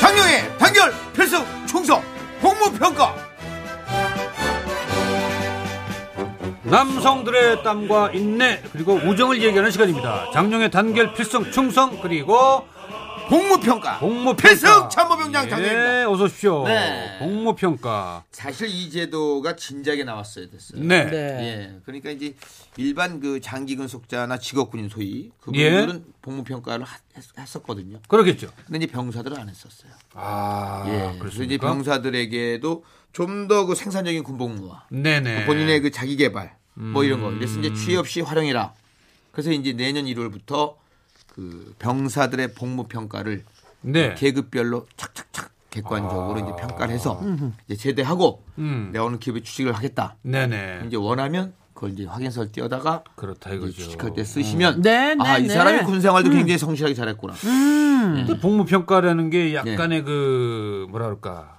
장룡의 단결 필승 충성 공무평가 남성들의 땀과 인내 그리고 우정을 얘기하는 시간입니다. 장룡의 단결 필승 충성 그리고 공무평가 공무평가. 필승 참모병장 장룡입니다 네, 어서 오십시오. 네. 공모 평가. 사실 이 제도가 진작에 나왔어야 됐어요 네. 예, 그러니까 이제 일반 그 장기 근속자나 직업군인 소위 예. 그분들은 복무평가를 하- 했- 했었거든요. 그렇겠죠. 근데 이제 병사들은 안 했었어요. 아, 예, 그래서 이제 그렇습니까? 병사들에게도 좀 더 그 생산적인 군복무와 네네. 음. 본인의 그 자기 개발 뭐 이런 거 이래서 이제 취업 시 활용해라. 그래서 이제 내년 1월부터 그 병사들의 복무 평가를 네. 아. 계급별로 착착착 객관적으로 이제 평가를 해서 이제 제대하고 음. 내가 어느 기업에 취직을 하겠다. 네네. 이제 원하면 그걸 이제 확인서를 띄어다가 그렇다 이제 이거죠. 취직할 때 쓰시면 네, 네, 아, 이 네. 사람이 군 생활도 굉장히 성실하게 잘했구나. 근데 복무 평가라는 게 약간의 그 뭐라 그럴까?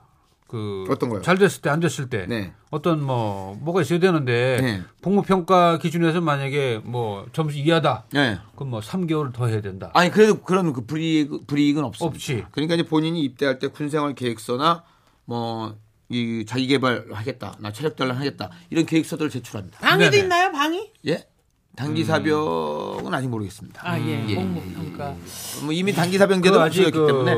그 예. 어떤 거요? 잘 됐을 때 안 됐을 때 네. 어떤 뭐 뭐가 있어야 되는데 네. 복무 평가 기준에서 만약에 뭐 점수 이하다. 예. 그럼 뭐 3개월 더 해야 된다. 아니 그래도 그런 그 불이익 불이익은 없습니다. 없지. 그러니까 이제 본인이 입대할 때 군생활 계획서나 뭐 이 자기 개발 하겠다, 나 체력 단련 하겠다 이런 계획서들을 제출합니다. 방위도 네네. 있나요, 방위? 예? 단기 음. 사병은 아직 모르겠습니다. 아, 예. 예. 공무평가. 뭐 이미 단기 사병제도 그거 아직 없어졌기 그 때문에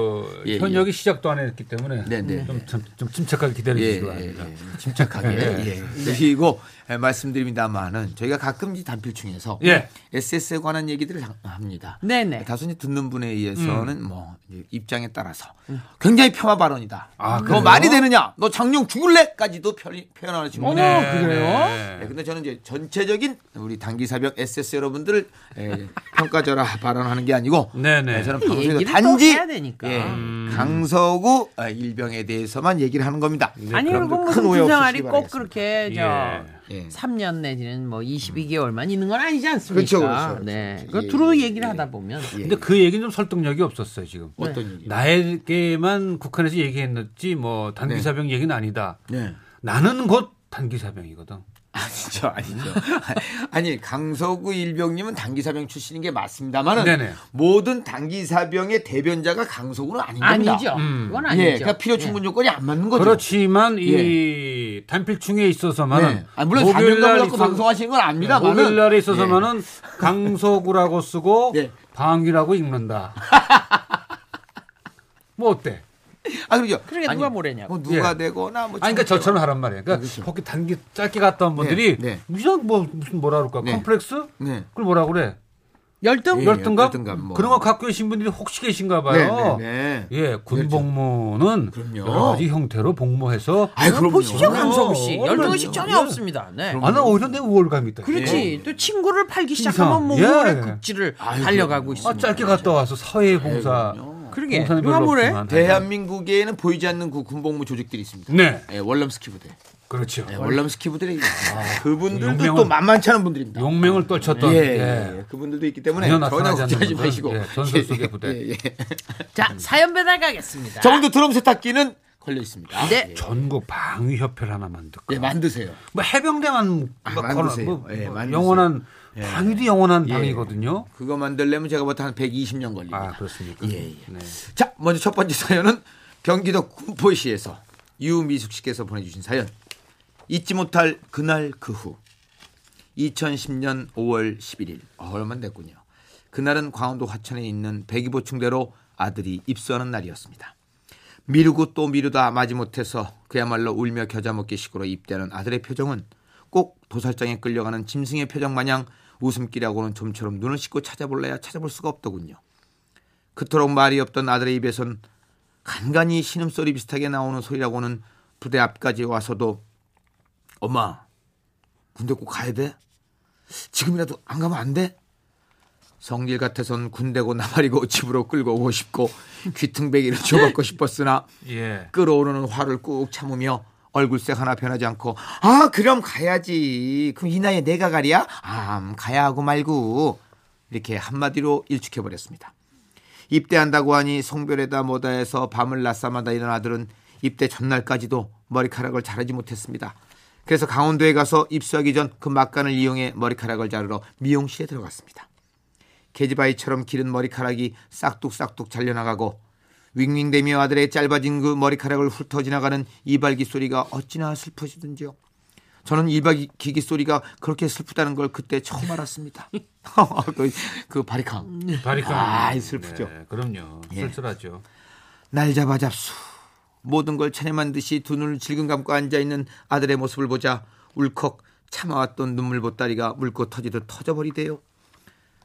예, 예. 현역이 시작도 안 했기 때문에 네, 네. 좀, 참- 좀 침착하게 기다려 예, 주시기 예, 바랍니다. 예. 침착하게. 예. 그리고 말씀드립니다만은 저희가 가끔 이 단필충에서 예. SS에 관한 얘기들을 하- 합니다. 예, 네네. 다소 이제 듣는 분에 의해서는 뭐 이제 입장에 따라서 굉장히 폄하 발언이다. 아, 너 그래요? 말이 되느냐? 너 장룡 죽을래?까지도 표현하는 친구. 어머, 그래요? 예, 근데 저는 이제 전체적인 우리 단기 사병 SS 여러분들을 예, 평가절하 발언하는 게 아니고 네네. 예, 저는 방송에서 얘기를 단지 또 해야 되니까. 예, 강서구 아, 일병에 대해서만 얘기를 하는 겁니다. 네. 아니 여러분들 그리고 큰 무슨 오해 군생활이 없으시기 꼭 바라겠습니다. 그렇게 저 예. 예. 3년 내지는 뭐 22개월만 있는 건 아니지 않습니까? 그렇죠, 그렇죠, 네. 그렇죠. 그 예, 두루 예, 얘기를 예. 하다 보면 근데 그 얘기는 좀 설득력이 없었어요 지금. 어떤 얘기? 나에게만 국한해서 얘기했는지 뭐 단기사병 얘기는 아니다. 네. 나는 곧 단기사병이거든. 아니죠, 아니죠. 아니 강서구 일병님은 단기사병 출신인 게 맞습니다만은 네네. 모든 단기사병의 대변자가 강서구는 아닌 겁니다. 아니죠. 그건 아니죠. 예, 그러니까 필요 충분 요건이 안 맞는 거죠. 예. 그렇지만 이 단필충에 있어서만은 네. 아, 물론 목요일 날 사명감을 갖고 있어서- 방송하시는 건 압니다만은 목요일 날에 있어서만은 강서구라고 쓰고 예. 방귀라고 읽는다. 뭐 어때? 아 그렇죠. 그러게 그러니까 누가 뭐래냐고. 뭐 누가 예. 되거나 뭐 아니, 그러니까 친구들. 저처럼 하란 말이에요. 그러니까 거기 단기 짧게 갔다 온 분들이 그렇죠. 네. 무슨 뭐 무슨 뭐라 그럴까? 네. 컴플렉스? 네. 그걸 뭐라 그래? 열등 예. 열등감? 열등감 뭐. 그런 거 갖고 계신 분들이 혹시 계신가 봐요. 네, 네, 네. 예, 군복무는 그렇죠. 그럼요. 여러 가지 형태로 복무해서 아이 예, 그럼요. 어, 보십시오 그럼요. 강서구 씨 그럼요. 열등의식 전혀 예. 없습니다. 네. 아, 는 오히려 내 우월감이 있다. 예. 그렇지. 또 친구를 팔기 이상. 시작하면 뭐 예. 우월의 극지를 달려가고 아, 있습니다. 짧게 갔다 와서 사회봉사. 그러게 봉사는 누가 별로 뭐래? 없지만. 대한민국에는 보이지 않는 그 군복무 조직들이 있습니다. 네, 예, 월남스키 부대. 그렇죠. 예, 월남스키 부대들이 그분들도 아, 용맹을- 또 만만치 않은 분들입니다. 용맹을 떨쳤던 예, 예. 예, 그분들도 있기 때문에 전혀 전혀 나타나지 걱정하지 않는 마시고 분들. 예, 전설 속의 부대. 예, 예. 자 사연 배달 가겠습니다. 정도 드럼 세탁기는 걸려 있습니다. 네. 전국 방위협회를 하나 만들까? 예, 만드세요. 뭐 해병대만 아, 막 만드세요. 걸어- 뭐, 예, 뭐 만드세요. 예. 영원한 방위도 영원한 방위거든요. 그거 만들려면 제가 보다 한 120년 걸립니다. 아 그렇습니까? 예, 예. 네. 자, 먼저 첫 번째 사연은 경기도 군포시에서 유미숙 씨께서 보내주신 사연. 잊지 못할 그날 그 후. 2010년 5월 11일. 어, 얼마 안 됐군요. 그날은 광원도 화천에 있는 백이보충대로 아들이 입소하는 날이었습니다. 미루고 또 미루다 마지못해서 그야말로 울며 겨자 먹기식으로 입대하는 아들의 표정은 꼭 도살장에 끌려가는 짐승의 표정 마냥 웃음기라고는 좀처럼 눈을 씻고 찾아볼래야 찾아볼 수가 없더군요. 그토록 말이 없던 아들의 입에선 간간히 신음소리 비슷하게 나오는 소리라고는 부대 앞까지 와서도 엄마 군대 꼭 가야 돼? 지금이라도 안 가면 안 돼? 성질 같아선 군대고 나발이고 집으로 끌고 오고 싶고 귀퉁배기를 줘받고 싶었으나 예. 끌어오르는 화를 꾹 참으며 얼굴색 하나 변하지 않고 아 그럼 가야지 그럼 이 나이에 내가 가랴? 아 음, 가야 하고 말고 이렇게 한마디로 일축해버렸습니다. 입대한다고 하니 송별회다 뭐다 해서 밤을 낮잠하다 이런 아들은 입대 전날까지도 머리카락을 자르지 못했습니다. 그래서 강원도에 가서 입수하기 전 그 막간을 이용해 머리카락을 자르러 미용실에 들어갔습니다. 계지바위처럼 기른 머리카락이 싹둑싹둑 잘려나가고 윙윙대며 아들의 짧아진 그 머리카락을 훑어 지나가는 이발기 소리가 어찌나 슬프시든지요. 저는 이발기기 소리가 그렇게 슬프다는 걸 그때 처음 알았습니다. 그, 그 바리캉. 바리깡. 아, 슬프죠. 예. 네, 그럼요. 쓸쓸하죠. 날 잡아 잡수. 모든 걸 체념한 듯이 두 눈을 질끈 감고 앉아있는 아들의 모습을 보자 울컥 참아왔던 눈물 보따리가 물고 터지듯 터져버리대요.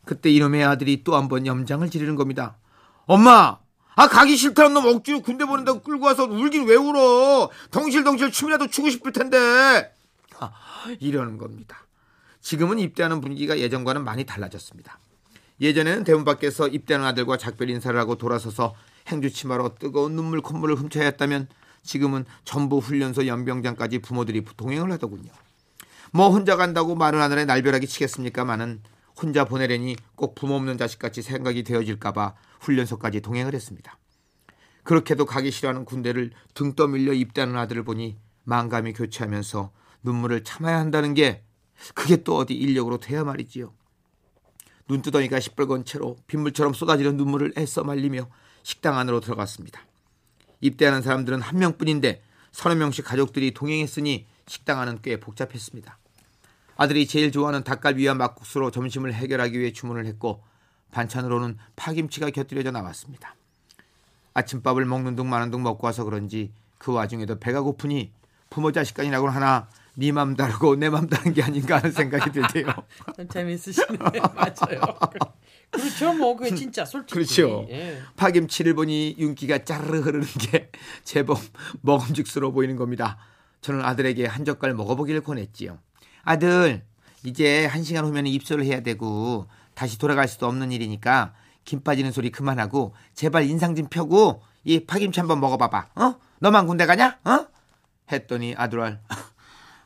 그때 이놈의 아들이 또 한 번 염장을 지르는 겁니다. 엄마! 아 가기 싫다는 놈 억지로 군대 보낸다고 끌고 와서 울긴 왜 울어? 덩실덩실 춤이라도 추고 싶을 텐데. 아, 이러는 겁니다. 지금은 입대하는 분위기가 예전과는 많이 달라졌습니다. 예전에는 대문 밖에서 입대하는 아들과 작별 인사를 하고 돌아서서 행주 치마로 뜨거운 눈물 콧물을 훔쳐야 했다면 지금은 전부 훈련소 연병장까지 부모들이 동행을 하더군요. 뭐 혼자 간다고 마른 하늘에 날벼락이 치겠습니까마는 혼자 보내려니 꼭 부모 없는 자식같이 생각이 되어질까봐 훈련소까지 동행을 했습니다. 그렇게도 가기 싫어하는 군대를 등 떠밀려 입대하는 아들을 보니 망감이 교체하면서 눈물을 참아야 한다는 게 그게 또 어디 인력으로 돼야 말이지요. 눈두덩이가 시뻘건 채로 빗물처럼 쏟아지는 눈물을 애써 말리며 식당 안으로 들어갔습니다. 입대하는 사람들은 한 명뿐인데 서너 명씩 가족들이 동행했으니 식당 안은 꽤 복잡했습니다. 아들이 제일 좋아하는 닭갈비와 막국수로 점심을 해결하기 위해 주문을 했고 반찬으로는 파김치가 곁들여져 나왔습니다. 아침밥을 먹는 둥 마는 둥 먹고 와서 그런지 그 와중에도 배가 고프니 부모 자식 간이라고 하나 네 맘 다르고 내 맘 다른 게 아닌가 하는 생각이 들대요. 참 재밌으시네. 맞아요. 그렇죠. 뭐 그게 진짜 솔직히. 그렇죠. 예. 파김치를 보니 윤기가 짜르르 흐르는 게 제법 먹음직스러워 보이는 겁니다. 저는 아들에게 한 젓갈 먹어보기를 권했지요. 아들, 이제 한 시간 후면 입소를 해야 되고 다시 돌아갈 수도 없는 일이니까 김 빠지는 소리 그만하고 제발 인상 좀 펴고 이 파김치 한번 먹어봐봐. 어? 너만 군대 가냐? 어? 했더니 아들알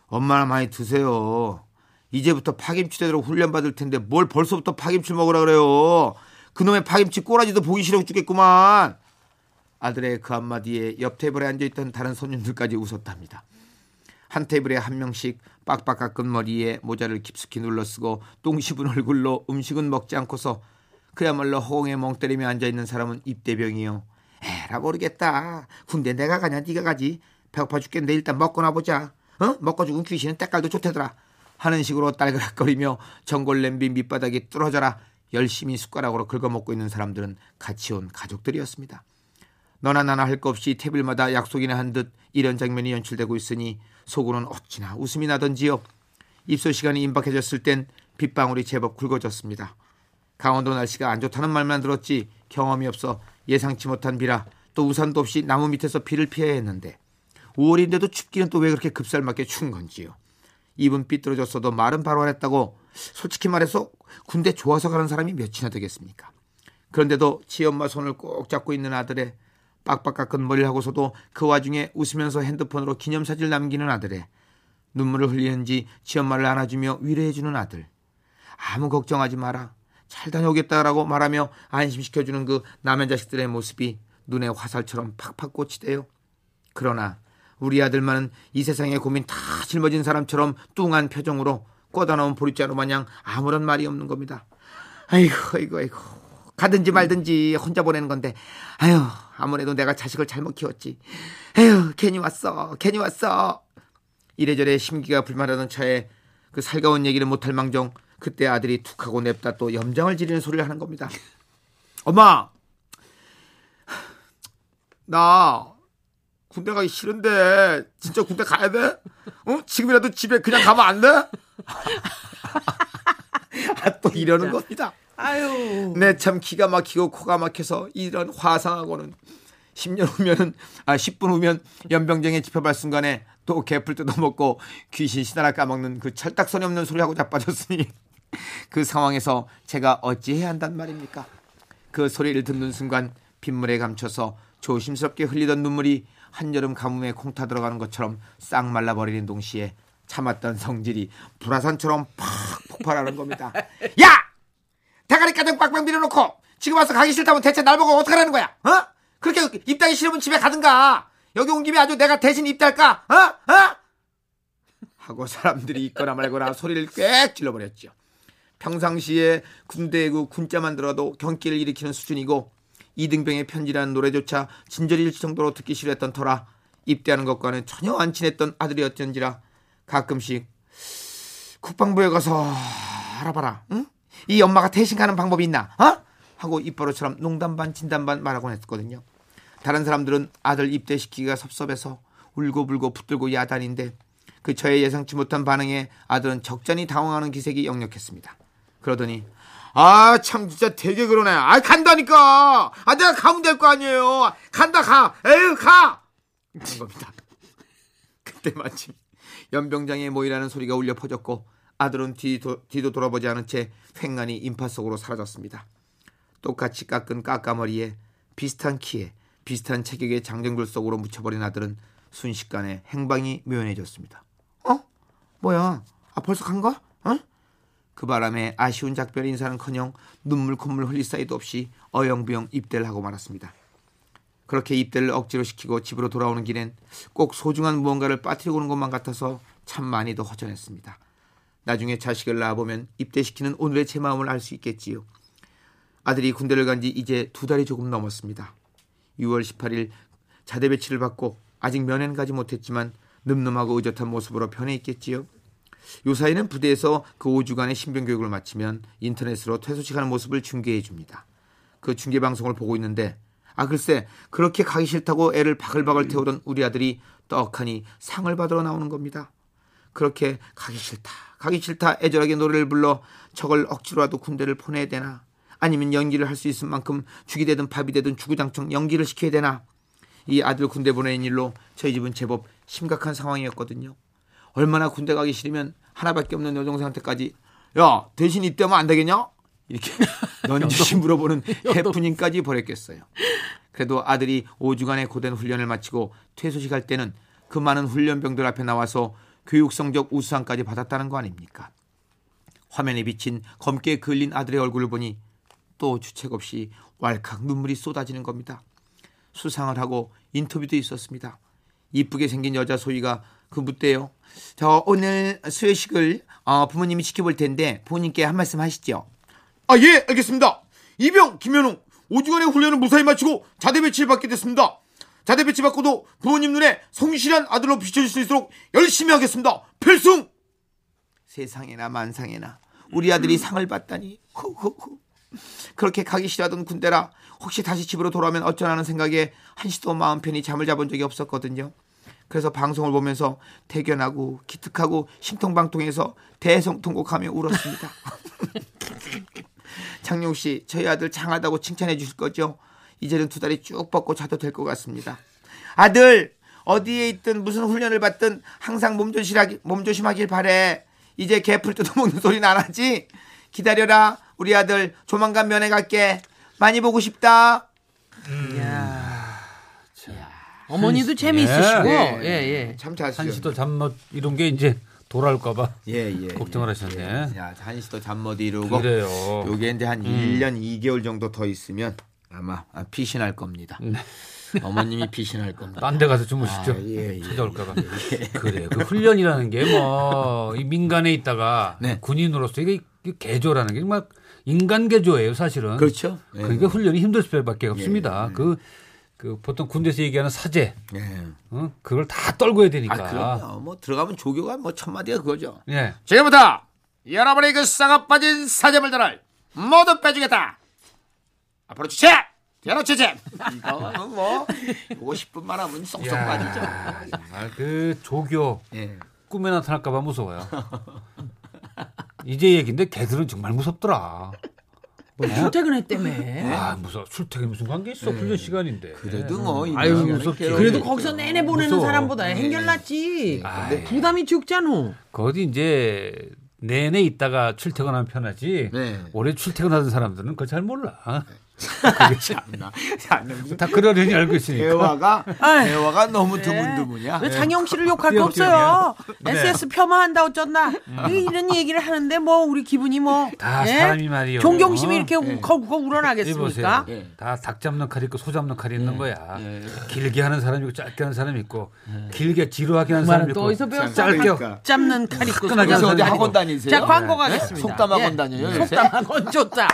엄마나 많이 드세요. 이제부터 파김치 제대로 훈련 받을 텐데 뭘 벌써부터 파김치 먹으라 그래요. 그놈의 파김치 꼬라지도 보기 싫어 죽겠구만. 아들의 그 한마디에 옆 테이블에 앉아있던 다른 손님들까지 웃었답니다. 한 테이블에 한 명씩 빡빡 깎은 머리에 모자를 깊숙이 눌러쓰고 똥 씹은 얼굴로 음식은 먹지 않고서 그야말로 허공에 멍 때리며 앉아있는 사람은 입대병이요. 에라 모르겠다. 군대 내가 가냐 네가 가지. 배고파 죽겠는데 일단 먹고 나보자. 어? 먹고 죽은 귀신은 때깔도 좋대더라. 하는 식으로 딸그락거리며 전골 냄비 밑바닥이 뚫어져라 열심히 숟가락으로 긁어먹고 있는 사람들은 같이 온 가족들이었습니다. 너나 나나 할 것 없이 테이블마다 약속이나 한 듯 이런 장면이 연출되고 있으니 속으로는 어찌나 웃음이 나던지요. 입소 시간이 임박해졌을 땐 빗방울이 제법 굵어졌습니다. 강원도 날씨가 안 좋다는 말만 들었지 경험이 없어 예상치 못한 비라 또 우산도 없이 나무 밑에서 비를 피해야 했는데 5월인데도 춥기는 또 왜 그렇게 급살맞게 추운 건지요. 입은 삐뚤어졌어도 말은 바로 안 했다고 솔직히 말해서 군대 좋아서 가는 사람이 몇이나 되겠습니까? 그런데도 지 엄마 손을 꼭 잡고 있는 아들의 빡빡 깎은 머리를 하고서도 그 와중에 웃으면서 핸드폰으로 기념사진을 남기는 아들의 눈물을 흘리는지 지 엄마를 안아주며 위로해주는 아들 아무 걱정하지 마라 잘 다녀오겠다라고 말하며 안심시켜주는 그 남의 자식들의 모습이 눈에 화살처럼 팍팍 꽂히대요 그러나 우리 아들만은 이 세상의 고민 다 짊어진 사람처럼 뚱한 표정으로 꽂아놓은 보리자루 마냥 아무런 말이 없는 겁니다. 아이고 아이고 아이고 가든지 말든지 혼자 보내는 건데 아유 아무래도 내가 자식을 잘못 키웠지. 에휴 괜히 왔어 괜히 왔어. 이래저래 심기가 불만하던 차에 그 살가운 얘기를 못할 망정 그때 아들이 툭하고 냅다 또 염장을 지르는 소리를 하는 겁니다. 엄마 나 군대 가기 싫은데 진짜 군대 가야 돼? 어? 지금이라도 집에 그냥 가면 안 돼? 아, 또 이러는 겁니다. 아유. 내 참 기가 막히고 코가 막혀서 이런 화상하고는 10년 후면은 아 10분 후면 연병장에 집합할 순간에 또 개풀 뜯어먹고 귀신 시나라 까먹는 그 철딱선이 없는 소리 하고 자빠졌으니 그 상황에서 제가 어찌해야 한단 말입니까? 그 소리를 듣는 순간 빗물에 감춰서 조심스럽게 흘리던 눈물이 한여름 가뭄에 콩타 들어가는 것처럼 싹 말라버리는 동시에 참았던 성질이 불화산처럼 팍 폭발하는 겁니다. 야! 대가리 가득 꽉꽉 밀어놓고 지금 와서 가기 싫다면 대체 날 보고 어떡하라는 거야? 어? 그렇게 입당이 싫으면 집에 가든가. 여기 온 김에 아주 내가 대신 입달까? 어? 어? 하고 사람들이 있거나 말거나 소리를 꽥 질러버렸죠. 평상시에 군대에 그 군자만 들어도 경기를 일으키는 수준이고 이등병의 편지라는 노래조차 진절일 정도로 듣기 싫어했던 터라 입대하는 것과는 전혀 안 친했던 아들이었던지라 가끔씩 국방부에 가서 알아봐라. 응? 이 엄마가 대신 가는 방법이 있나? 어? 하고 입버릇처럼 농담 반 진담 반 말하곤 했거든요. 다른 사람들은 아들 입대시키기가 섭섭해서 울고불고 붙들고 야단인데 그 저의 예상치 못한 반응에 아들은 적잖이 당황하는 기색이 역력했습니다. 그러더니 아 참 진짜 되게 그러네. 아 간다니까. 아 내가 가면 될 거 아니에요. 간다 가. 에휴 가. 그런 겁니다. 그때 마침 연병장에 모이라는 소리가 울려 퍼졌고 아들은 뒤도, 뒤도 돌아보지 않은 채 횡간히 인파 속으로 사라졌습니다. 똑같이 깎은 까까머리에 비슷한 키에 비슷한 체격의 장정글 속으로 묻혀버린 아들은 순식간에 행방이 묘연해졌습니다. 어? 뭐야? 아 벌써 간 거야? 어? 그 바람에 아쉬운 작별 인사는커녕 눈물 콧물 흘릴 사이도 없이 어영부영 입대를 하고 말았습니다. 그렇게 입대를 억지로 시키고 집으로 돌아오는 길엔 꼭 소중한 무언가를 빠뜨리고 오는 것만 같아서 참 많이도 허전했습니다. 나중에 자식을 낳아보면 입대시키는 오늘의 제 마음을 알 수 있겠지요. 아들이 군대를 간 지 이제 두 달이 조금 넘었습니다. 6월 18일 자대 배치를 받고 아직 면회는 가지 못했지만 늠름하고 의젓한 모습으로 변해 있겠지요. 요사이는 부대에서 그 5주간의 신병 교육을 마치면 인터넷으로 퇴소식하는 모습을 중계해 줍니다. 그 중계 방송을 보고 있는데 아 글쎄 그렇게 가기 싫다고 애를 바글바글 태우던 우리 아들이 떡하니 상을 받으러 나오는 겁니다. 그렇게 가기 싫다 가기 싫다 애절하게 노래를 불러 저걸 억지로라도 군대를 보내야 되나 아니면 연기를 할 수 있을 만큼 죽이 되든 밥이 되든 주구장창 연기를 시켜야 되나 이 아들 군대 보내는 일로 저희 집은 제법 심각한 상황이었거든요. 얼마나 군대 가기 싫으면 하나밖에 없는 여동생한테까지 야 대신 입대하면 안 되겠냐? 이렇게 넌지시 물어보는 해프닝까지 벌였겠어요. 그래도 아들이 5주간의 고된 훈련을 마치고 퇴소식 할 때는 그 많은 훈련병들 앞에 나와서 교육 성적 우수상까지 받았다는 거 아닙니까? 화면에 비친 검게 그을린 아들의 얼굴을 보니 또 주책 없이 왈칵 눈물이 쏟아지는 겁니다. 수상을 하고 인터뷰도 있었습니다. 이쁘게 생긴 여자 소희가 그 묻대요. 저 오늘 수여식을 어, 부모님이 지켜볼 텐데 부모님께 한 말씀 하시죠. 아 예 알겠습니다. 이병 김현웅 5주간의 훈련을 무사히 마치고 자대 배치를 받게 됐습니다. 자대 배치 받고도 부모님 눈에 성실한 아들로 비춰질 수 있도록 열심히 하겠습니다. 필승! 세상에나 만상에나 우리 아들이 상을 받다니 후후후. 그렇게 가기 싫어하던 군대라 혹시 다시 집으로 돌아오면 어쩌나는 생각에 한시도 마음 편히 잠을 자본 적이 없었거든요. 그래서 방송을 보면서 대견하고 기특하고 심통방통해서 대성통곡하며 울었습니다. 장용 씨, 저희 아들 장하다고 칭찬해 주실 거죠? 이제는 두 다리 쭉 뻗고 자도 될 것 같습니다. 아들, 어디에 있든 무슨 훈련을 받든 항상 몸조심하기, 몸조심하길 바래. 이제 개풀 뜯어먹는 소리는 안 하지? 기다려라, 우리 아들. 조만간 면회 갈게. 많이 보고 싶다. 어머니도 재미있으시고 예, 예예 예. 참 잘쓰죠. 한시도 잠 못 이룬 게 이제 돌아올까봐 예, 예. 걱정을 하셨네. 야, 한시도 잠 못 이루고. 그래요. 음. 요게 이제 한 1년 2개월 정도 더 있으면 아마 아, 피신할 겁니다. 네. 어머님이 피신할 겁니다. 딴 데 가서 주무시죠. 아, 예, 예. 찾아올까봐. 그래요. 그 훈련이라는 게 뭐 이 민간에 있다가 네. 군인으로서 이게 이 개조라는 게 막 인간 개조예요, 사실은. 그렇죠. 예. 그러니까 훈련이 힘들 수밖에 없습니다. 그, 그 보통 군대에서 얘기하는 사제, 예. 어? 그걸 다 떨궈야 되니까. 아, 그럼요. 뭐 들어가면 조교가 뭐 첫마디가 그거죠. 예. 지금부터 여러분의 그 쌍업 빠진 사제물들을 모두 빼주겠다. 앞으로 주체! 뒤로 주체! 이거는 뭐, 요거 10분만 하면 쏙쏙 야, 빠지죠. 정말 그 조교 예. 꿈에 나타날까봐 무서워요. 이제 얘기인데 걔들은 정말 무섭더라. 뭐 출퇴근했다며 아 무서워. 출퇴근 무슨 관계 있어? 훈련 시간인데. 네. 그래도 뭐, 이 아유, 시간에 무섭지. 괴로워요. 그래도 거기서 내내 보내는 무서워. 예. 사람보다 행결났지 아이. 부담이 적잖아 거기 그 이제 내내 있다가 출퇴근하면 편하지. 네. 오래 출퇴근하던 사람들은 그걸 잘 몰라. 그게 참나. 야, 근데 무슨 다 그러려니 알고 있으니까. 대화가 아이. 대화가 너무 네. 아, 드문드문이야. 예. 예. 왜 장영 씨를 욕할 거 없어요. 네. SS 폄하한다 어쩐다. 이런 얘기를 하는데 뭐 우리 기분이 뭐. 음. 다 예? 사람이 말이요. 어? 존경심이 이렇게 예. 우거우거 이 보세요. 우러나겠습니까? 예. 다 닭 잡는 칼 있고 소 잡는 칼이 있는 거야. 예. 길게 하는 사람이 있고 짧게 하는 사람이 있고 길게 지루하게 하는 그 말은 사람이 또 있고 어디서 배웠어? 짧게 그러니까. 예. 잡는 칼 있고 화끈하게 그래서 어디 장사는 학원 아니고. 다니세요? 네. 자 광고 가겠습니다. 속담 학원 네. 예. 다녀요, 요새? 속담 학원 좋다.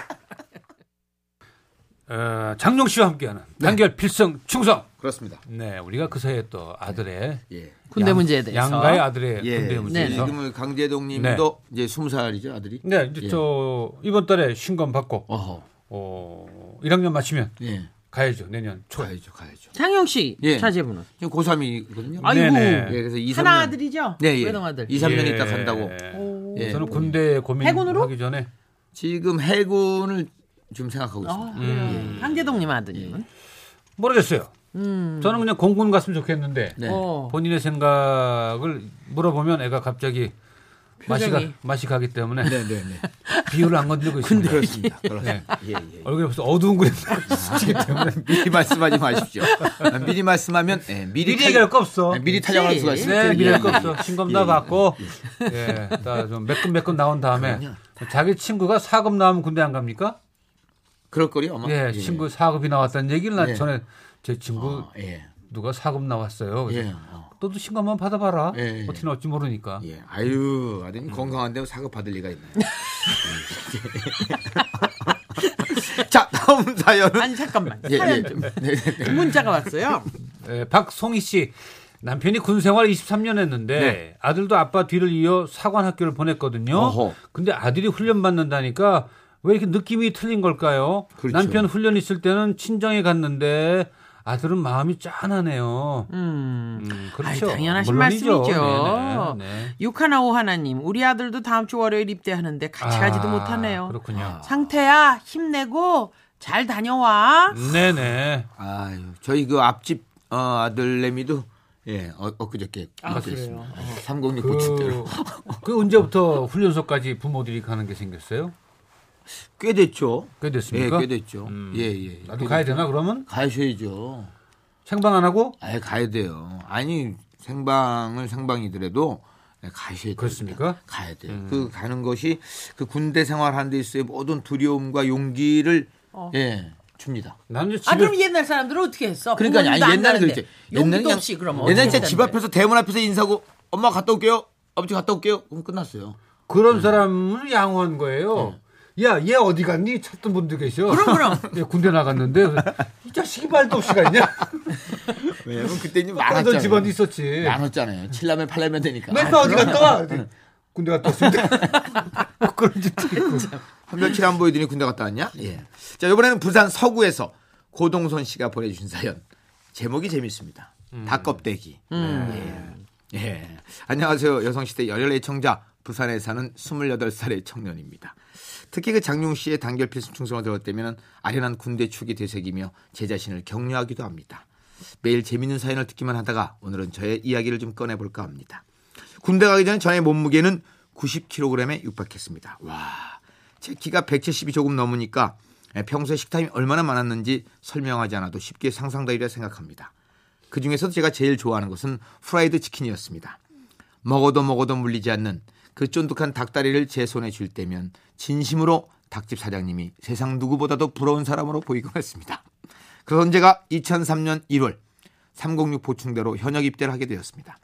어, 장룡 씨와 함께하는 네. 단결 필승 충성. 그렇습니다. 네, 우리가 그 사이에 또 아들의 예. 군대 양- 문제에 대해서. 양가의 아들의 예. 군대 문제에서. 지금 강제동님도 이제 스무 살이죠 아들이. 네, 이제 저 이번 달에 신검 받고 예. 어허. 어, 1학년 마치면 예. 가야죠 내년 초. 가야죠, 가야죠. 장영 씨 예. 자제분은 지금 고3이거든요. 아이고. 네네. 예, 그래서 2, 3년. 하나 아들이죠? 네, 예. 외동아들. 2, 3년 예. 있다 간다고. 예. 저는 군대 고민하기 해군으로? 전에 지금 해군을 지금 생각하고 있습니다. 아, 그래요. 음. 한계동님 아드님은. 예. 모르겠어요. 음. 저는 그냥 공군 갔으면 좋겠는데 네. 어. 본인의 생각을 물어보면 애가 갑자기 맛이, 가, 표정이. 맛이 가기 때문에 네, 네, 네. 비율을 안 건드리고 있습니다. 네. 그렇습니다. 그렇습니다. 예, 예. 얼굴이 벌써 어두운 그림. 미리 말씀하지 마십시오. 아, 미리 말씀하면 예, 미리 미리 얘기할 거 없어. 예, 미리 타령할 수가 있습니다. 네, 미리 예, 할 거 예, 없어. 예. 신검 예, 다 예. 받고, 예, 다좀 매끈매끈 나온 다음에 자기 친구가 사급 나오면 군대 안 갑니까? 그럴 거리요, 아마. 예, 친구 사급이 나왔다는 얘기를 나 어? 예. 전에 제 친구 예. 누가 사급 나왔어요. 예. 그래서 어. 너도 신검만 받아봐라. 예, 예. 어떻게 나올지 모르니까. 예. 아유, 아드님 건강한데 사급 받을 리가 있나요? 예. 자, 다음 사연은 아니 잠깐만. 예, 예. 사연 좀, 네, 네, 네. 문자가 왔어요. 예, 박송희 씨 남편이 군 생활 23년 했는데 네. 아들도 아빠 뒤를 이어 사관 학교를 보냈거든요. 어허. 근데 아들이 훈련 받는다니까 왜 이렇게 느낌이 틀린 걸까요? 그렇죠. 남편 훈련 있을 때는 친정에 갔는데 아들은 마음이 짠하네요. 음. 음, 아이, 그렇죠. 당연하신 물론이죠. 말씀이죠. 네, 네, 네. 육하나오 하나님, 우리 아들도 다음 주 월요일 입대하는데 같이 가지도 아, 못하네요. 그렇군요. 상태야, 힘내고 잘 음, 다녀와. 네네. 아유, 저희 그 앞집 어, 아들내미도 예, 어, 엊그저께 아, 그랬습니다. 306 그, 고추대로. 그 언제부터 훈련소까지 부모들이 가는 게 생겼어요? 꽤 됐죠. 꽤 됐습니까? 음. 예, 꽤 됐죠. 예, 예. 나도 가야 되나 그러면? 가셔야죠. 생방 안 하고? 아예 가야 돼요. 아니 생방을 생방이더라도 예, 가셔야 그렇습니까? 음. 됩니다. 가야 돼요. 그 가는 것이 그 군대 생활하는 데 있어의 모든 두려움과 용기를 어. 예 줍니다. 나는 이제 아, 집에 그럼 옛날 사람들 어떻게 했어? 그러니까 아니 옛날에 그랬지. 옛날에 그냥- 없이 그럼 옛날에 진짜 어떻게 집 했는데? 앞에서 대문 앞에서 인사하고 엄마 갔다 올게요. 아버지 갔다 올게요. 그럼 끝났어요. 그런 사람을 양호한 거예요. 야, 얘 어디 갔니? 찾던 분도 계셔. 네. 그럼, 그럼. 얘 군대 나갔는데, 이 자식이 말도 없이 갔냐? 왜냐면 그때는 그런 집안이 많았잖아요. 있었지. 많았잖아요. 칠라면 팔라면 되니까. 맨날 어디 갔다 와? 군대 갔다 왔습니다. 네. 뭐 그런 집도 있고. 한 며칠 안 보이더니 군대 갔다 왔냐? 예. 자, 이번에는 부산 서구에서 고동선 씨가 보내주신 사연. 제목이 재밌습니다. 닭껍데기. 예. 예. 안녕하세요. 여성시대 열혈 애청자. 부산에 사는 28살의 청년입니다. 특히 그 장용 씨의 단결 필승 충성을 들었다면 아련한 군대 축이 되새기며 제 자신을 격려하기도 합니다. 매일 재밌는 사연을 듣기만 하다가 오늘은 저의 이야기를 좀 꺼내볼까 합니다. 군대 가기 전에 저의 몸무게는 90kg에 육박했습니다. 와, 제 키가 170이 조금 넘으니까 평소에 식탐이 얼마나 많았는지 설명하지 않아도 쉽게 상상되리라 생각합니다. 그 중에서도 제가 제일 좋아하는 것은 프라이드 치킨이었습니다. 먹어도 먹어도 물리지 않는 그 쫀득한 닭다리를 제 손에 줄 때면 진심으로 닭집 사장님이 세상 누구보다도 부러운 사람으로 보이곤 했습니다. 그래서 제가 2003년 1월 306 보충대로 현역 입대를 하게 되었습니다.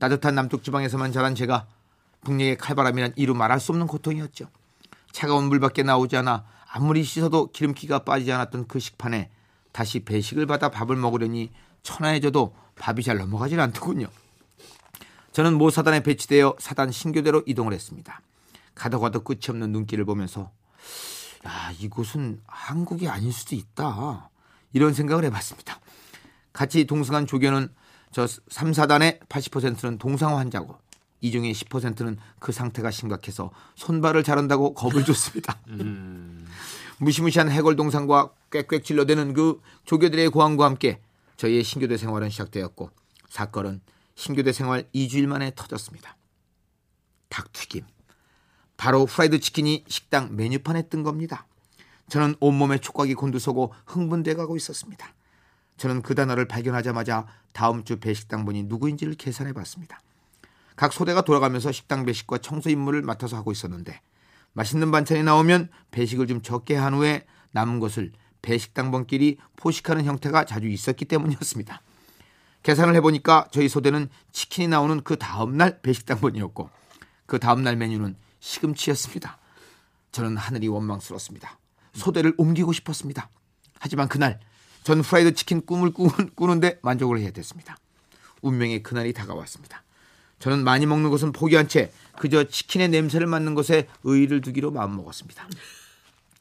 따뜻한 남쪽 지방에서만 자란 제가 북녘의 칼바람이란 이루 말할 수 없는 고통이었죠. 차가운 물밖에 나오지 않아 아무리 씻어도 기름기가 빠지지 않았던 그 식판에 다시 배식을 받아 밥을 먹으려니 천하해져도 밥이 잘 넘어가질 않더군요. 저는 모 사단에 배치되어 사단 신교대로 이동을 했습니다. 가다 가도 끝이 없는 눈길을 보면서 야 이곳은 한국이 아닐 수도 있다 이런 생각을 해봤습니다. 같이 동승한 조교는 저 3, 4단의 80%는 동상 환자고 이 중에 10%는 그 상태가 심각해서 손발을 자른다고 겁을 줬습니다. 무시무시한 해골 동상과 꽥꽥 질러대는 그 조교들의 고함과 함께 저희의 신교대 생활은 시작되었고 사건은 신교대 생활 2주일 만에 터졌습니다. 닭튀김. 바로 후라이드 치킨이 식당 메뉴판에 뜬 겁니다. 저는 온몸에 촉각이 곤두서고 흥분돼가고 있었습니다. 저는 그 단어를 발견하자마자 다음 주 배식당분이 누구인지를 계산해봤습니다. 각 소대가 돌아가면서 식당 배식과 청소 임무를 맡아서 하고 있었는데 맛있는 반찬이 나오면 배식을 좀 적게 한 후에 남은 것을 배식당번끼리 포식하는 형태가 자주 있었기 때문이었습니다. 계산을 해보니까 저희 소대는 치킨이 나오는 그 다음날 배식당번이었고 그 다음날 메뉴는 시금치였습니다. 저는 하늘이 원망스러웠습니다. 소대를 옮기고 싶었습니다. 하지만 그날 전 프라이드 치킨 꿈을 꾸는- 꾸는데 만족을 해야 됐습니다. 운명의 그날이 다가왔습니다. 저는 많이 먹는 것은 포기한 채 그저 치킨의 냄새를 맡는 것에 의의를 두기로 마음먹었습니다.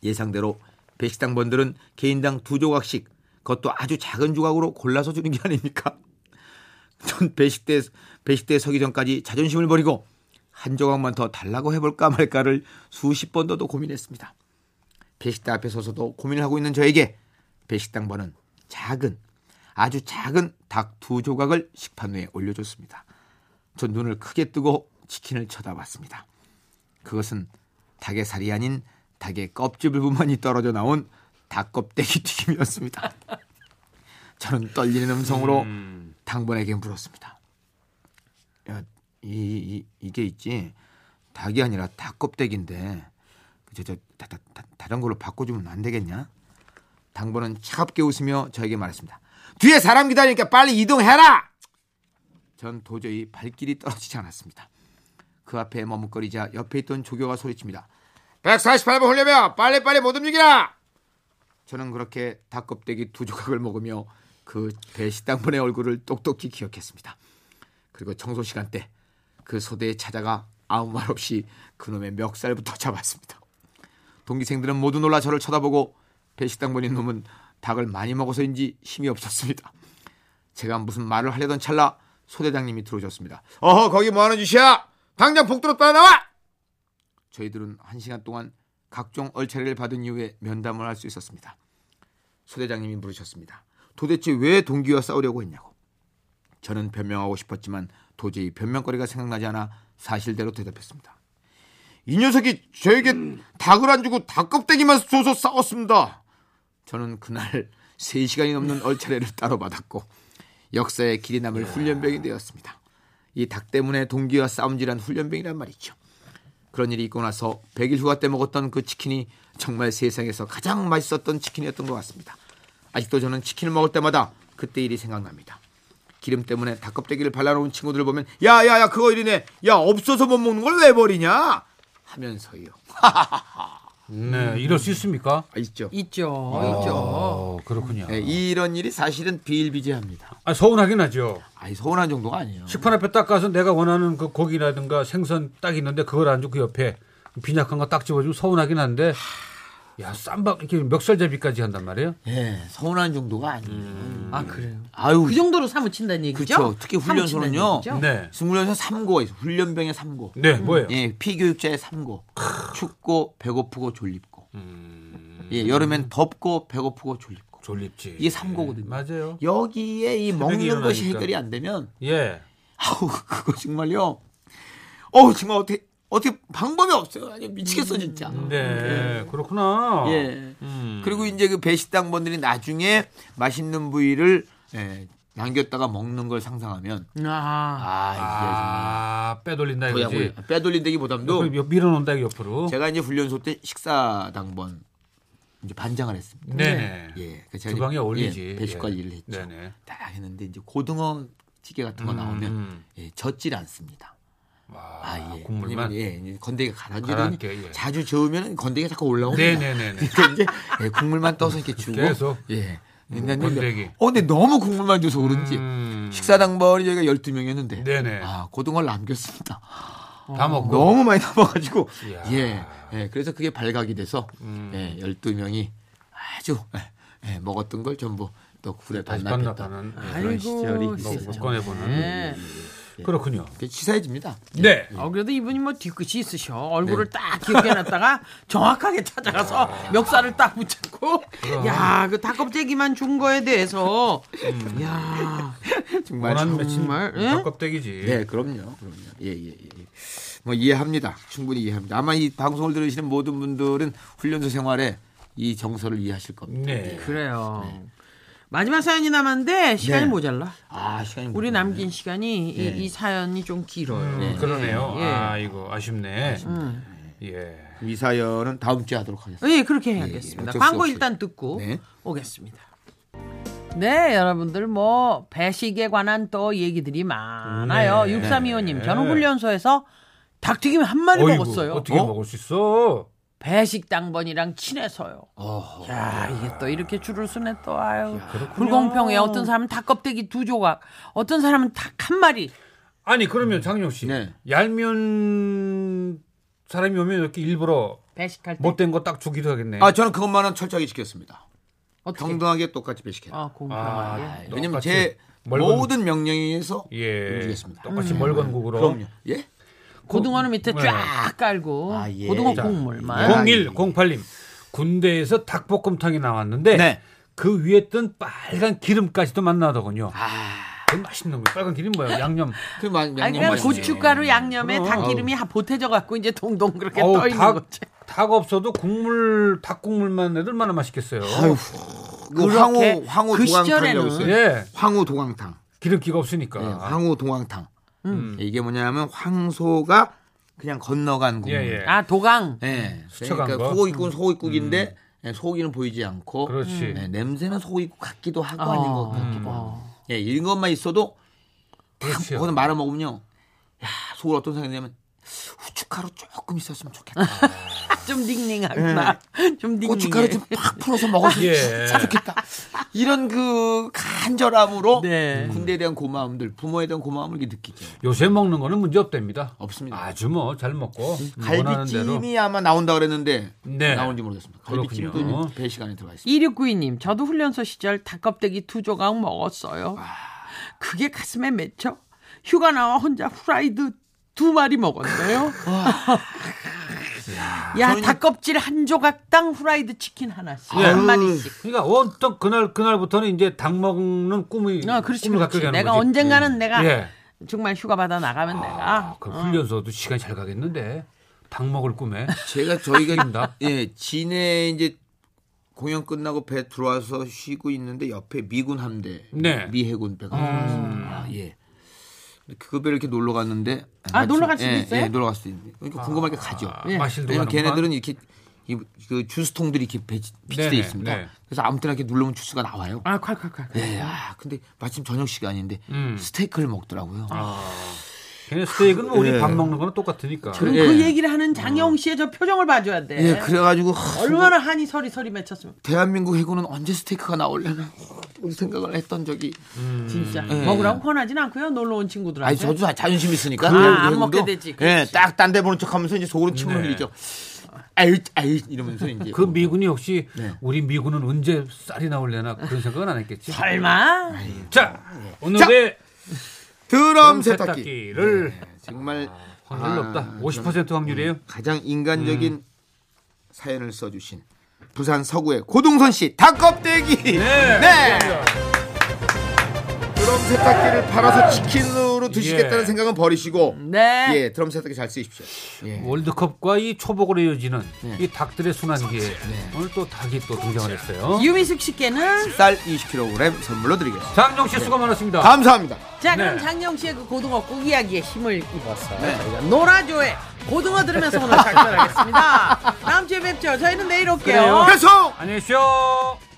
예상대로 배식당 번들은 개인당 두 조각씩 그것도 아주 작은 조각으로 골라서 주는 게 아닙니까? 전 배식대 배식대에 서기 전까지 자존심을 버리고 한 조각만 더 달라고 해볼까 말까를 수십 번 더도 고민했습니다. 배식당 앞에 서서도 고민을 하고 있는 저에게 배식당 번은 작은 아주 작은 닭 두 조각을 식판 위에 올려줬습니다. 전 눈을 크게 뜨고 치킨을 쳐다봤습니다. 그것은 닭의 살이 아닌 닭의 껍질 부분만이 떨어져 나온 닭껍데기 튀김이었습니다. 저는 떨리는 음성으로 당번에게 물었습니다. 야, 이, 이 이게 있지 닭이 아니라 닭껍데기인데 저저 다른 걸로 바꿔주면 안 되겠냐? 당번은 차갑게 웃으며 저에게 말했습니다. 뒤에 사람 기다리니까 빨리 이동해라. 전 도저히 발길이 떨어지지 않았습니다. 그 앞에 머뭇거리자 옆에 있던 조교가 소리칩니다. 148번 홀려면 빨리빨리 못 움직이라. 저는 그렇게 닭껍데기 두 조각을 먹으며 그 배식당분의 얼굴을 똑똑히 기억했습니다. 그리고 청소 시간 때 그 소대에 찾아가 아무 말 없이 그놈의 멱살부터 잡았습니다. 동기생들은 모두 놀라 저를 쳐다보고 배식당 분인 놈은 닭을 많이 먹어서인지 힘이 없었습니다. 제가 무슨 말을 하려던 찰나 소대장님이 들어오셨습니다. 어허 거기 뭐하는 짓이야? 당장 복도로 따라나와! 저희들은 한 시간 동안 각종 얼차례를 받은 이후에 면담을 할 수 있었습니다. 소대장님이 물으셨습니다. 도대체 왜 동기와 싸우려고 했냐고. 저는 변명하고 싶었지만 도저히 변명거리가 생각나지 않아 사실대로 대답했습니다. 이 녀석이 저에게 닭을 안 주고 닭껍데기만 줘서 싸웠습니다. 저는 그날 3시간이 넘는 얼차례를 따로 받았고 역사에 길이 남을 훈련병이 되었습니다. 이 닭 때문에 동기와 싸움질한 훈련병이란 말이죠. 그런 일이 있고 나서 100일 휴가 때 먹었던 그 치킨이 정말 세상에서 가장 맛있었던 치킨이었던 것 같습니다. 아직도 저는 치킨을 먹을 때마다 그때 일이 생각납니다. 기름 때문에 닭껍데기를 발라놓은 친구들을 보면 야야야 그거 이리네 야 없어서 못 먹는 걸 왜 버리냐 하면서요. 네, 이럴 수 있습니까? 아, 있죠. 있죠. 어, 그렇군요. 네, 이런 일이 사실은 비일비재합니다. 아, 서운하긴 하죠. 아니 서운한 정도가 아니에요. 식판 앞에 딱 가서 내가 원하는 그 고기라든가 생선 딱 있는데 그걸 안 주고 그 옆에 빈약한 거 딱 집어주면 서운하긴 한데 야, 쌈박 이렇게 멱살잡이까지 한단 말이에요. 예, 서운한 정도가 아니에요. 아 그래요. 아유, 그 정도로 사무친다는 얘기죠. 그쵸. 특히 훈련소는요. 사무친다는 얘기죠? 네. 승무원에서 삼고가 있어. 훈련병의 삼고. 네, 뭐예요? 예, 피교육자의 삼고. 춥고 배고프고 졸립고. 예, 음. 여름엔 덥고 배고프고 졸립고. 졸립지. 예, 이게 삼고거든요. 맞아요. 여기에 이 먹는 것이 일어나니까. 해결이 안 되면 예. 아우 그거 정말요. 어우 정말 어떻게 어떻게 방법이 없어요. 아니 미치겠어 진짜. 음. 네, 음. 그렇구나. 예. 그리고 이제 그 배식당번들이 나중에 맛있는 부위를 예, 남겼다가 먹는 걸 상상하면 아, 아 이게 아, 빼돌린다 정말 이거지. 아, 뭐야 빼돌린다기보담도 옆- 옆- 밀어놓는다 옆으로. 제가 이제 훈련소 때 식사당번 이제 반장을 했습니다. 네네. 예, 그러니까 제가 주방에 이제, 올리지. 예, 배식 예. 관리를 했죠. 네네. 음. 딱 했는데 이제 고등어 찌개 같은 거 나오면 예, 젖질 않습니다. 와, 아, 예. 국물만. 왜냐면, 예, 이제 건더기가 가라앉으니 가라앉게, 예. 자주 저으면 건더기가 자꾸 올라옵니다. 네네네네. 그러니까 이제 예, 국물만 떠서 이렇게 주고 계속? 예. 옛날에 건더기. 어, 근데 너무 국물만 줘서 그런지 음. 식사당벌이 저희가 12명이었는데 네네. 아, 고등어를 남겼습니다. 다 먹고. 너무 많이 남아가지고 이야. 음. 예, 예, 그래서 그게 발각이 돼서 예, 12명이 아주 예, 예, 먹었던 걸 전부 또 굴에 다시 반납했던 반납하는. 예, 아이고, 그런 시절이 진짜. 있었죠. 못 꺼내보는. 네. 그렇군요. 그게 시사해집니다. 네. 예. 아, 그래도 이분이 뭐 뒤끝이 있으셔. 얼굴을 딱 기억해놨다가 정확하게 찾아가서 멱살을 딱 붙잡고, 아. 야, 그 닭껍데기만 준 거에 대해서, 음. 야, 네. 정말 참- 원하는 매치는 정말, 예? 닭껍데기지. 네, 그럼요. 그럼요. 예, 예, 예. 뭐 이해합니다. 충분히 이해합니다. 아마 이 방송을 들으시는 모든 분들은 훈련소 생활에 이 정서를 이해하실 겁니다. 네. 그래요. 마지막 사연이 남았는데 시간이 네. 모자라. 모자라. 아 시간이 우리 모자라네. 남긴 시간이 이, 이 사연이 좀 길어요. 네. 음, 그러네요. 예. 아 이거 아쉽네. 예. 이 사연은 다음 주에 하도록 하겠습니다. 예, 그렇게 예, 해야겠습니다. 어쩔 수 광고 없이. 일단 듣고 네. 오겠습니다. 네, 여러분들 뭐 배식에 관한 또 얘기들이 많아요. 네. 6325님, 저는 훈련소에서 닭튀김 한 마리 어이구, 먹었어요. 어떻게 어? 먹을 수 있어? 배식 당번이랑 친해서요. 야, 이게 또 이렇게 줄을 서네 또 아유. 불공평해. 어떤 사람은 닭 껍데기 두 조각, 어떤 사람은 닭 한 마리. 아니 그러면 장영 씨 네. 얄미운 사람이 오면 이렇게 일부러 배식할 때 못된 거 딱 주기도 하겠네. 아 저는 그것만은 철저하게 지켰습니다. 어떻게? 정당하게 똑같이 배식해라. 아, 공평하게. 아, 왜냐면 똑같이 제 멀건- 모든 명령에서 예. 움직였습니다. 음. 똑같이 멀건 국으로. 그럼요. 예? 고등어는 밑에 네. 쫙 깔고 아, 예. 고등어 자, 국물만. 공- 0108님 군대에서 닭볶음탕이 나왔는데 네. 그 위에 뜬 빨간 기름까지도 만나더군요. 아. 그 맛있는 거. 빨간 기름 뭐야? 양념. 그 마- 명령 아니 그냥 맛이네. 고춧가루 양념에 그럼. 닭기름이 보태져 갖고 이제 동동 그렇게 어우, 떠 있는 닭, 거지. 닭 없어도 국물 닭국물만 해도 얼마나 맛있겠어요. 그 그렇게 황후 황후 그 시절에는- 동황탕이라고 있어요. 예. 아. 황후 동황탕. 기름기가 없으니까. 예, 황후 동황탕. 음. 음. 예, 이게 뭐냐면 황소가 그냥 건너간 예, 국물. 예. 아 도강. 예. 스쳐간 그러니까 거. 음. 소고기국은 소고기국인데 예, 소고기는 보이지 않고 그렇지. 음. 예, 냄새는 소고기국 같기도 하고 어. 아닌 것 같기도 하고. 예, 이런 것만 있어도 그렇죠. 그거는 말아 먹으면요. 야, 속으로 어떤 생각이 냐면 후춧가루 조금 있었으면 좋겠다. 아, 좀 닝닝하구나. 네. 좀 닝닝해. 고춧가루 좀 팍 풀어서 먹었으면 예. 진짜 좋겠다. 이런 그 간절함으로 음. 네. 군대에 대한 고마움들, 부모에 대한 고마움을 이렇게 느끼죠. 요새 먹는 거는 문제 없답니다. 없습니다. 아주 뭐 잘 먹고 음, 원하는 대로. 갈비찜이 아마 나온다 그랬는데 네. 나온지 모르겠습니다. 갈비찜도 그렇군요. 이제 배 시간에 들어가 있습니다. 2692님, 저도 훈련소 시절 닭껍데기 두 조각 먹었어요. 그게 가슴에 맺혀 휴가 나와 혼자 후라이드 두 마리 먹었네요. 야, 닭껍질 한 조각당 후라이드 치킨 하나씩, 예. 한 마리씩. 그러니까 어떤 그날 그날부터는 이제 닭 먹는 꿈이 아, 그렇지, 꿈을 갖게 그렇지. 되는 내가 거지. 언젠가는 내가 예. 정말 휴가 받아 나가면 아, 내가 그 훈련소도 시간이 잘 가겠는데 닭 먹을 꿈에 제가 저희가 튀긴다. 예 진해 이제 공연 끝나고 배 들어와서 쉬고 있는데 옆에 미군 함대, 네. 미 해군 배가 왔습니다. 예. 근데 그 배를 이렇게 놀러 갔는데 아, 마침- 놀러 갈 수도 예, 있어요? 예, 놀러 갈 수도 있는데 그러니까 궁금하게 가죠. 아, 마실도 왜냐면 가는구만. 걔네들은 이렇게 이, 그 주스통들이 이렇게 배치, 비치돼 네네, 있습니다. 네. 그래서 아무 때나 이렇게 누르면 주스가 나와요. 아, 콸콸콸. 예, 아, 근데 마침 저녁 시간인데 음. 스테이크를 먹더라고요. 아. 걔네 스테이크는 뭐 우리 예. 밥 먹는 거랑 똑같으니까. 그럼 예. 그 얘기를 하는 장영 씨의 저 표정을 봐줘야 돼. 예, 그래가지고 하, 얼마나 한이 서리서리 맺혔으면 대한민국 해군은 언제 스테이크가 나오려나 이런 생각을 했던 적이. 진짜 먹으라고 권하진 않고요 놀러 온 친구들한테 음, 예. 아니 저도 자- 자존심 있으니까. 그래요, 우리 안 해군도. 먹게 되지, 예, 그렇지. 딱 딴 데 보는 척하면서 이제 속으로 침을 흘리죠. 아유, 아유 이러면서 이제. 그 미군이 혹시 네. 우리 미군은 언제 쌀이 나올려나 그런 생각은 안 했겠지. 설마 자 오늘의 드럼 세탁기. 세탁기를 네. 정말 확률 높다. 아, 50% 확률이에요. 가장 인간적인 사연을 써주신 부산 서구의 고동선 씨 닭껍데기. 네. 드럼 세탁기를 팔아서 치킨으로 드시겠다는 예. 생각은 버리시고. 네 예, 드럼 세탁기 잘 쓰십시오. 예. 월드컵과 이 초복으로 이어지는 이 닭들의 순환기에 오늘 또 닭이 또 등장을 했어요. 유미숙 씨께는 쌀 20kg 선물로 드리겠습니다. 장정 씨 수고 많았습니다. 감사합니다. 자 그럼 네. 장영 씨의 그 고등어 국 이야기에 힘을 입어서 네. 저희가 노라조의 고등어 들으면서 오늘 작별하겠습니다 다음 주에 뵙죠 저희는 내일 올게요 계속! 안녕히 계십시오.